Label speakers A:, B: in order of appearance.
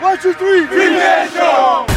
A: One, two, three.
B: Finisher!